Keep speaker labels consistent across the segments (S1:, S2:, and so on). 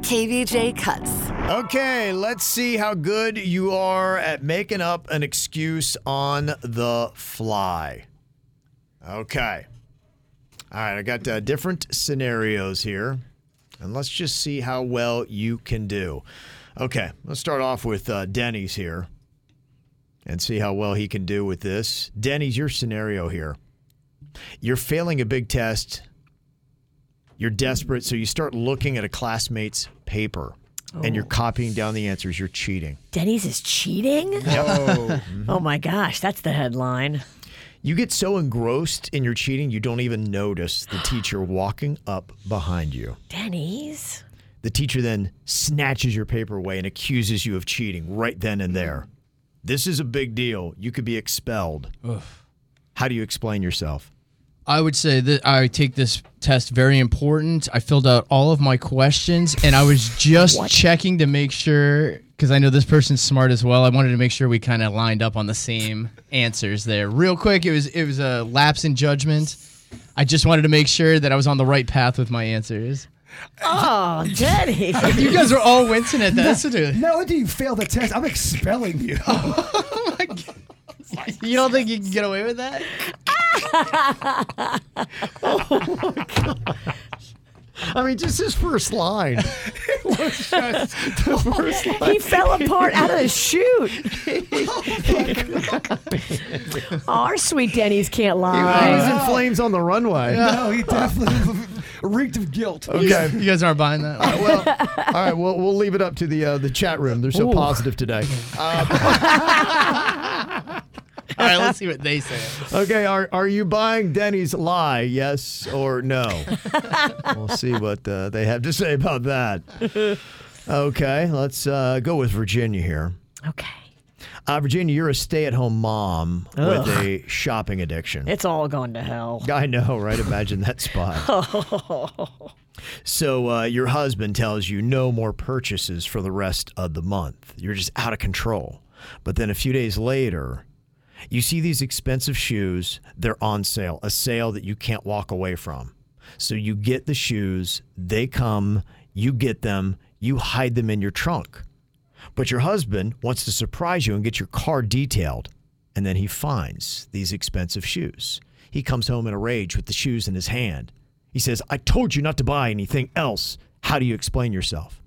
S1: KVJ cuts.
S2: Okay, let's see how good you are at making up an excuse on the fly. Okay. All right, I got uh, different scenarios here, and let's just see how well you can do. Okay, let's start off with uh, Denny's here and see how well he can do with this. Denny's, your scenario here. You're failing a big test you're desperate, so you start looking at a classmate's paper and you're copying down the answers. You're cheating.
S1: Denny's is cheating?
S2: Mm-hmm.
S1: oh my gosh, that's the headline.
S2: You get so engrossed in your cheating, you don't even notice the teacher walking up behind you.
S1: Denny's?
S2: The teacher then snatches your paper away and accuses you of cheating right then and there. This is a big deal. You could be expelled. How do you explain yourself?
S3: I would say that I take this test very important. I filled out all of my questions and I was just checking to make sure because I know this person's smart as well. I wanted to make sure we kind of lined up on the same answers there. Real quick, it was it was a lapse in judgment. I just wanted to make sure that I was on the right path with my answers.
S1: Oh, Denny's.
S3: You guys are all wincing at that.
S4: Not only do you fail Oh, the test, I'm expelling you.
S3: You don't think you can get away with that?
S2: I mean, just his first line.
S1: he fell apart out of the chute. Our sweet Denny's can't lie.
S2: in flames on the runway.
S4: no, he definitely reeked of guilt.
S2: Okay.
S3: You guys aren't buying that.
S2: well, all right. We'll, we'll leave it up to the uh, the chat room. They're so positive today. Uh,
S3: All right, let's see what they say.
S2: Okay. Are are you buying Denny's lie? Yes or no? we'll see what uh, they have to say about that. Okay. Let's uh, go with Virginia here.
S1: Okay.
S2: Uh, Virginia, you're a stay-at-home mom with a shopping addiction.
S1: It's all going to hell.
S2: I know, right? Imagine that spot. so uh, your husband tells you no more purchases for the rest of the month. You're just out of control. But then a few days later, you see these expensive shoes. They're on sale, a sale that you can't walk away from. So you get the shoes. They come. You get them. You hide them in your trunk. But your husband wants to surprise you and get your car detailed. And then he finds these expensive shoes. He comes home in a rage with the shoes in his hand. He says, I told you not to buy anything else. How do you explain yourself?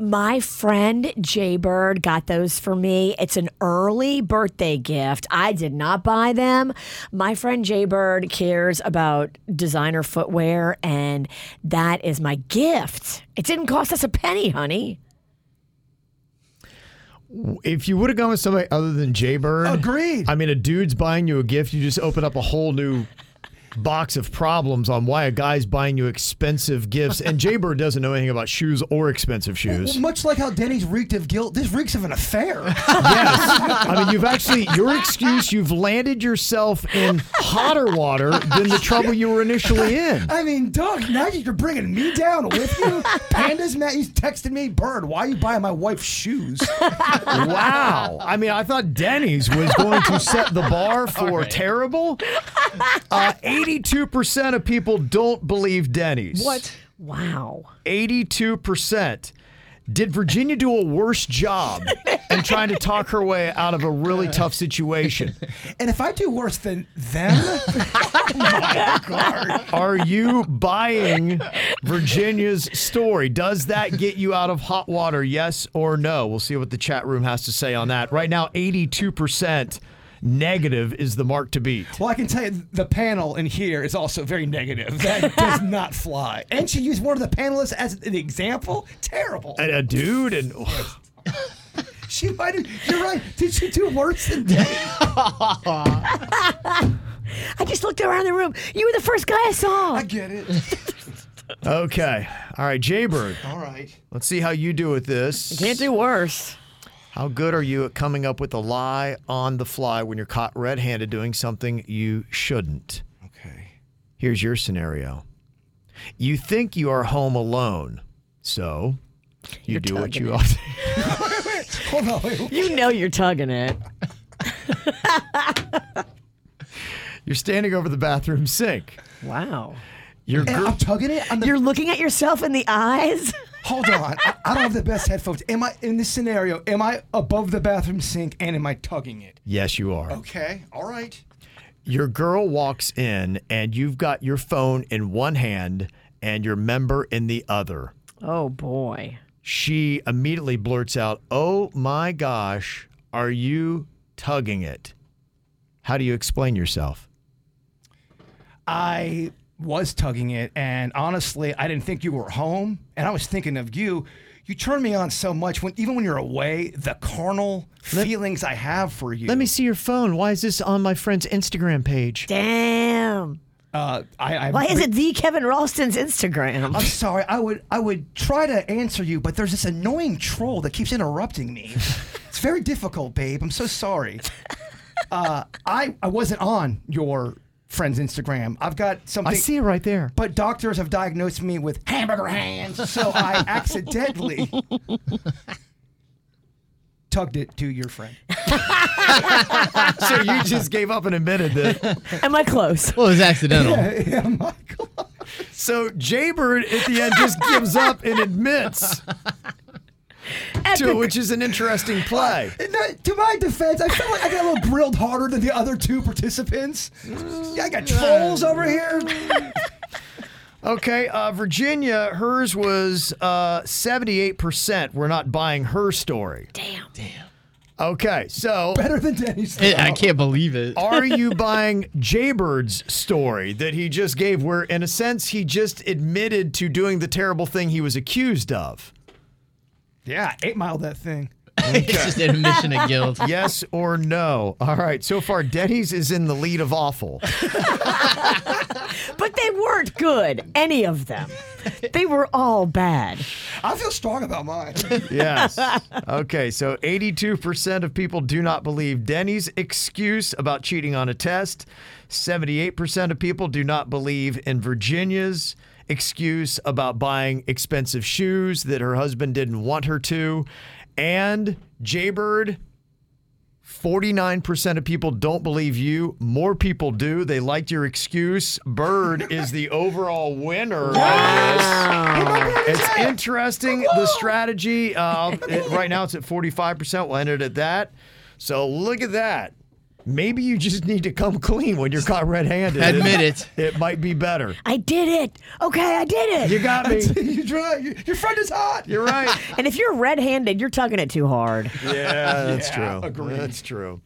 S1: My friend Jay Bird got those for me. It's an early birthday gift. I did not buy them. My friend Jay Bird cares about designer footwear, and that is my gift. It didn't cost us a penny, honey.
S2: If you would have gone with somebody other than Jay Bird,
S4: Agreed.
S2: I mean, a dude's buying you a gift, you just open up a whole new box of problems on why a guy's buying you expensive gifts. And Jay Bird doesn't know anything about shoes or expensive shoes.
S4: Much like how Denny's reeked of guilt, this reeks of an affair.
S2: I mean, you've actually, your excuse, you've landed yourself in hotter water than the trouble you were initially in.
S4: I mean, Doug, now you're bringing me down with you. Panda's mad. You texted me, Bird, why are you buying my wife shoes?
S2: Wow. I mean, I thought Denny's was going to set the bar for terrible. Uh, 82% of people don't believe Denny's.
S3: What?
S1: Wow.
S2: 82%. Did Virginia do a worse job in trying to talk her way out of a really tough situation?
S4: And if I do worse than them, oh my God.
S2: Are you buying Virginia's story? Does that get you out of hot water? Yes or no? We'll see what the chat room has to say on that. Right now, 82% negative is the mark to beat.
S4: Well, I can tell you the panel in here is also very negative. That does not fly. And she used one of the panelists as an example. Terrible.
S2: And a dude and
S4: She might have, you're right. Did she do worse than them?
S1: I just looked around the room. You were the first guy I saw.
S4: I get it.
S2: okay. All right, Jaybird.
S4: All right.
S2: Let's see how you do with this.
S1: Can't do worse.
S2: How good are you at coming up with a lie on the fly when you're caught red-handed doing something you shouldn't?
S4: Okay.
S2: Here's your scenario. You think you are home alone, so you do what
S1: tugging
S2: you
S1: it.
S2: ought to.
S4: Hold on. Wait.
S1: You know you're tugging it.
S2: You're standing over the bathroom sink.
S1: Wow.
S2: Your
S4: And
S2: girl,
S4: I'm tugging it. I'm the,
S1: You're looking at yourself in the eyes.
S4: hold on. I, I don't have the best headphones. Am I in this scenario? Am I above the bathroom sink and am I tugging it?
S2: yes, you are.
S4: Okay. All right.
S2: Your girl walks in, and you've got your phone in one hand and your member in the other.
S1: Oh boy.
S2: She immediately blurts out, "Oh my gosh, are you tugging it?" How do you explain yourself?
S4: I was tugging it, and honestly, I didn't think you were home, and I was thinking of you. You turn me on so much when, even when you're away, the carnal feelings I have for you.
S2: Let me see your phone. Why is this on my friend's Instagram page?
S1: Damn.
S4: Uh, I, I,
S1: Why is it the Kevin Ralston's Instagram?
S4: I'm sorry. I would, I would try to answer you, but there's this annoying troll that keeps interrupting me. it's very difficult, babe. I'm so sorry. Uh, I, I wasn't on your friend's Instagram. I've got something.
S2: I see it right there.
S4: but doctors have diagnosed me with hamburger hands, so I accidentally tugged it to your friend.
S2: so you just gave up and admitted that.
S1: Am I close?
S3: Well, it was accidental.
S4: yeah, Michael.
S2: So Jaybird at the end just gives up and admits to it, which is an interesting play.
S4: And that- to my defense, I felt like I got a little grilled harder than the other two participants.
S2: Mm.
S4: Yeah, I got trolls over here.
S2: Okay, uh, Virginia, hers was uh, 78%. We're not buying her story.
S1: Damn.
S2: Okay, so
S4: Better than Denny's.
S3: It- I can't believe it.
S2: are you buying Jaybird's story that he just gave, where in a sense he just admitted to doing the terrible thing he was accused of?
S4: Yeah, eight mile that thing.
S3: It's just an admission of guilt.
S2: Yes or no? All right, so far, Denny's is in the lead of awful.
S1: But they weren't good, any of them. They were all bad.
S4: I feel strong about mine.
S2: Yes. Okay, so 82% of people do not believe Denny's excuse about cheating on a test. 78% of people do not believe in Virginia's excuse about buying expensive shoes that her husband didn't want her to. And Jaybird, 49% of people don't believe you. More people do. They liked your excuse. Bird is the overall winner. of this. It's interesting the strategy. Uh, it- right now, it's at forty-five percent. We'll end it at that. So look at that. Maybe you just need to come clean when you're caught red-handed.
S3: Admit it.
S2: It might be better.
S1: I did it. Okay, I did
S2: You
S1: it.
S2: got me.
S4: you dry. You, your friend is hot.
S2: You're right.
S1: And if you're red handed, you're tugging it too hard.
S2: Yeah, that's
S4: Yeah,
S2: true.
S4: agreed.
S2: That's true.